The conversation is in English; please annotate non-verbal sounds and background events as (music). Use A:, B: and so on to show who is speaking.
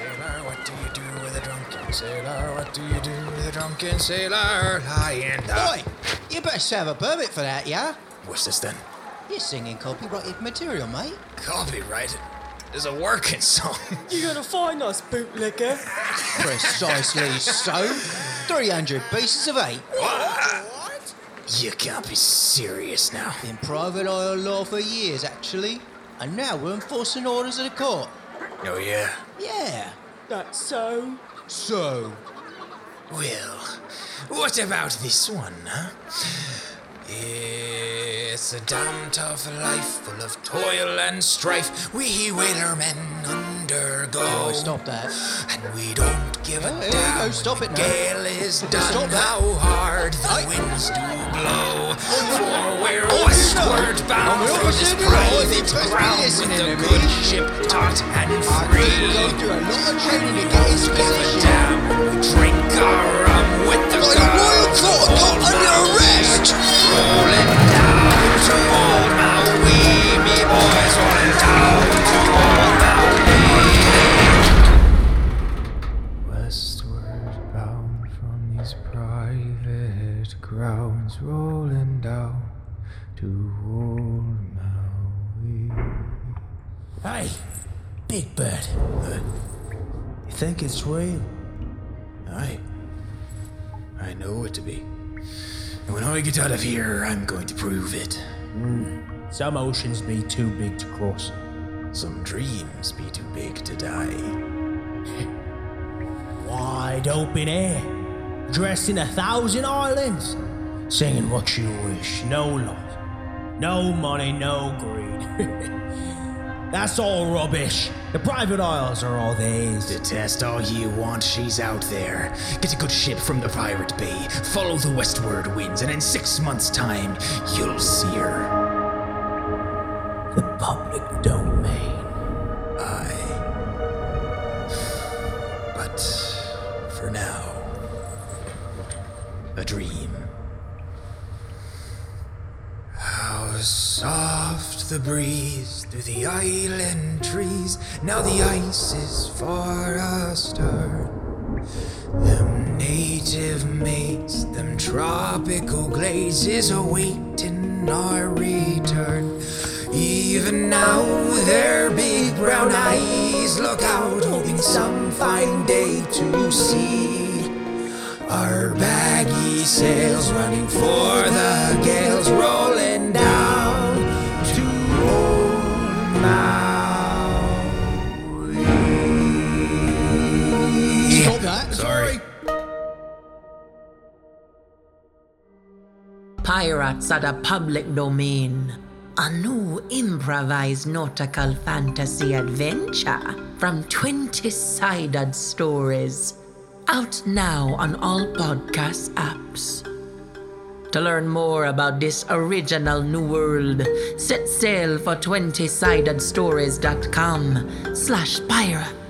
A: What do you do with a drunken sailor? What do you do with a drunken sailor? Lying down.
B: Oi, you better serve a permit for that, yeah?
A: What's this then?
B: You're singing copyrighted material, mate.
A: Copyrighted. There's a working (laughs) song.
C: You're gonna find us, bootlegger.
B: Precisely so. 300 pieces of eight.
A: what? You can't be serious now.
B: Been private eye on law for years, actually. And now we're enforcing orders of the court.
A: Oh, yeah.
B: Yeah.
C: That's so.
B: So,
A: Well, what about this one, huh? It's a damn tough life full of toil and strife we whalermen undergo.
B: oh, stop that.
A: And we don't give
B: Oh,
A: a
B: hey,
A: damn.
B: no, stop it now.
A: Gale is done.
B: Stop that.
A: How hard the
B: Hey.
A: winds do blow. For we're
B: Oh, no.
A: westward bound
B: Oh, no,
A: through this
B: listen to me.
A: private
B: Listen to me,
A: ground
B: listen
A: with
B: to
A: the
B: me.
A: good ship taut and
B: I could go
A: free.
B: through a lot of training to get his position.
A: Damn, we drink our rum with the
B: By the royal court, not under arrest!
A: Rolling down to old Maui, me boys. Rolling down to old Maui. Westward bound from these private grounds, rolling down to old Maui.
D: Hey, Big Bird. You think it's real?
A: I. I know it to be. And when I get out of here, I'm going to prove it. Hmm.
D: Some oceans be too big to cross.
A: Some dreams be too big to die.
D: Wide open air, dressed in a thousand islands, singing what you wish, no laws, no money, no greed. That's all rubbish. The private isles are all theirs.
A: Detest all you want, she's out there. Get a good ship from the Pirate Bay, follow the westward winds, and in six months' time, you'll see her.
D: The public domain.
A: I. But for now, a dream. How soft the breeze through the island trees. Now the ice is far astern. Them native mates, them tropical glazes awaiting our return. Even now, their big brown eyes look out, hoping some fine day to see our baggy sails running for the gales, rolling down to old Maui.
B: Stop that.
A: Sorry.
E: Pirates are the public domain. A new improvised nautical fantasy adventure from 20 sided stories. Out now on all podcast apps. To learn more about this original new world, set sail for 20sidedstories.com slash pirates.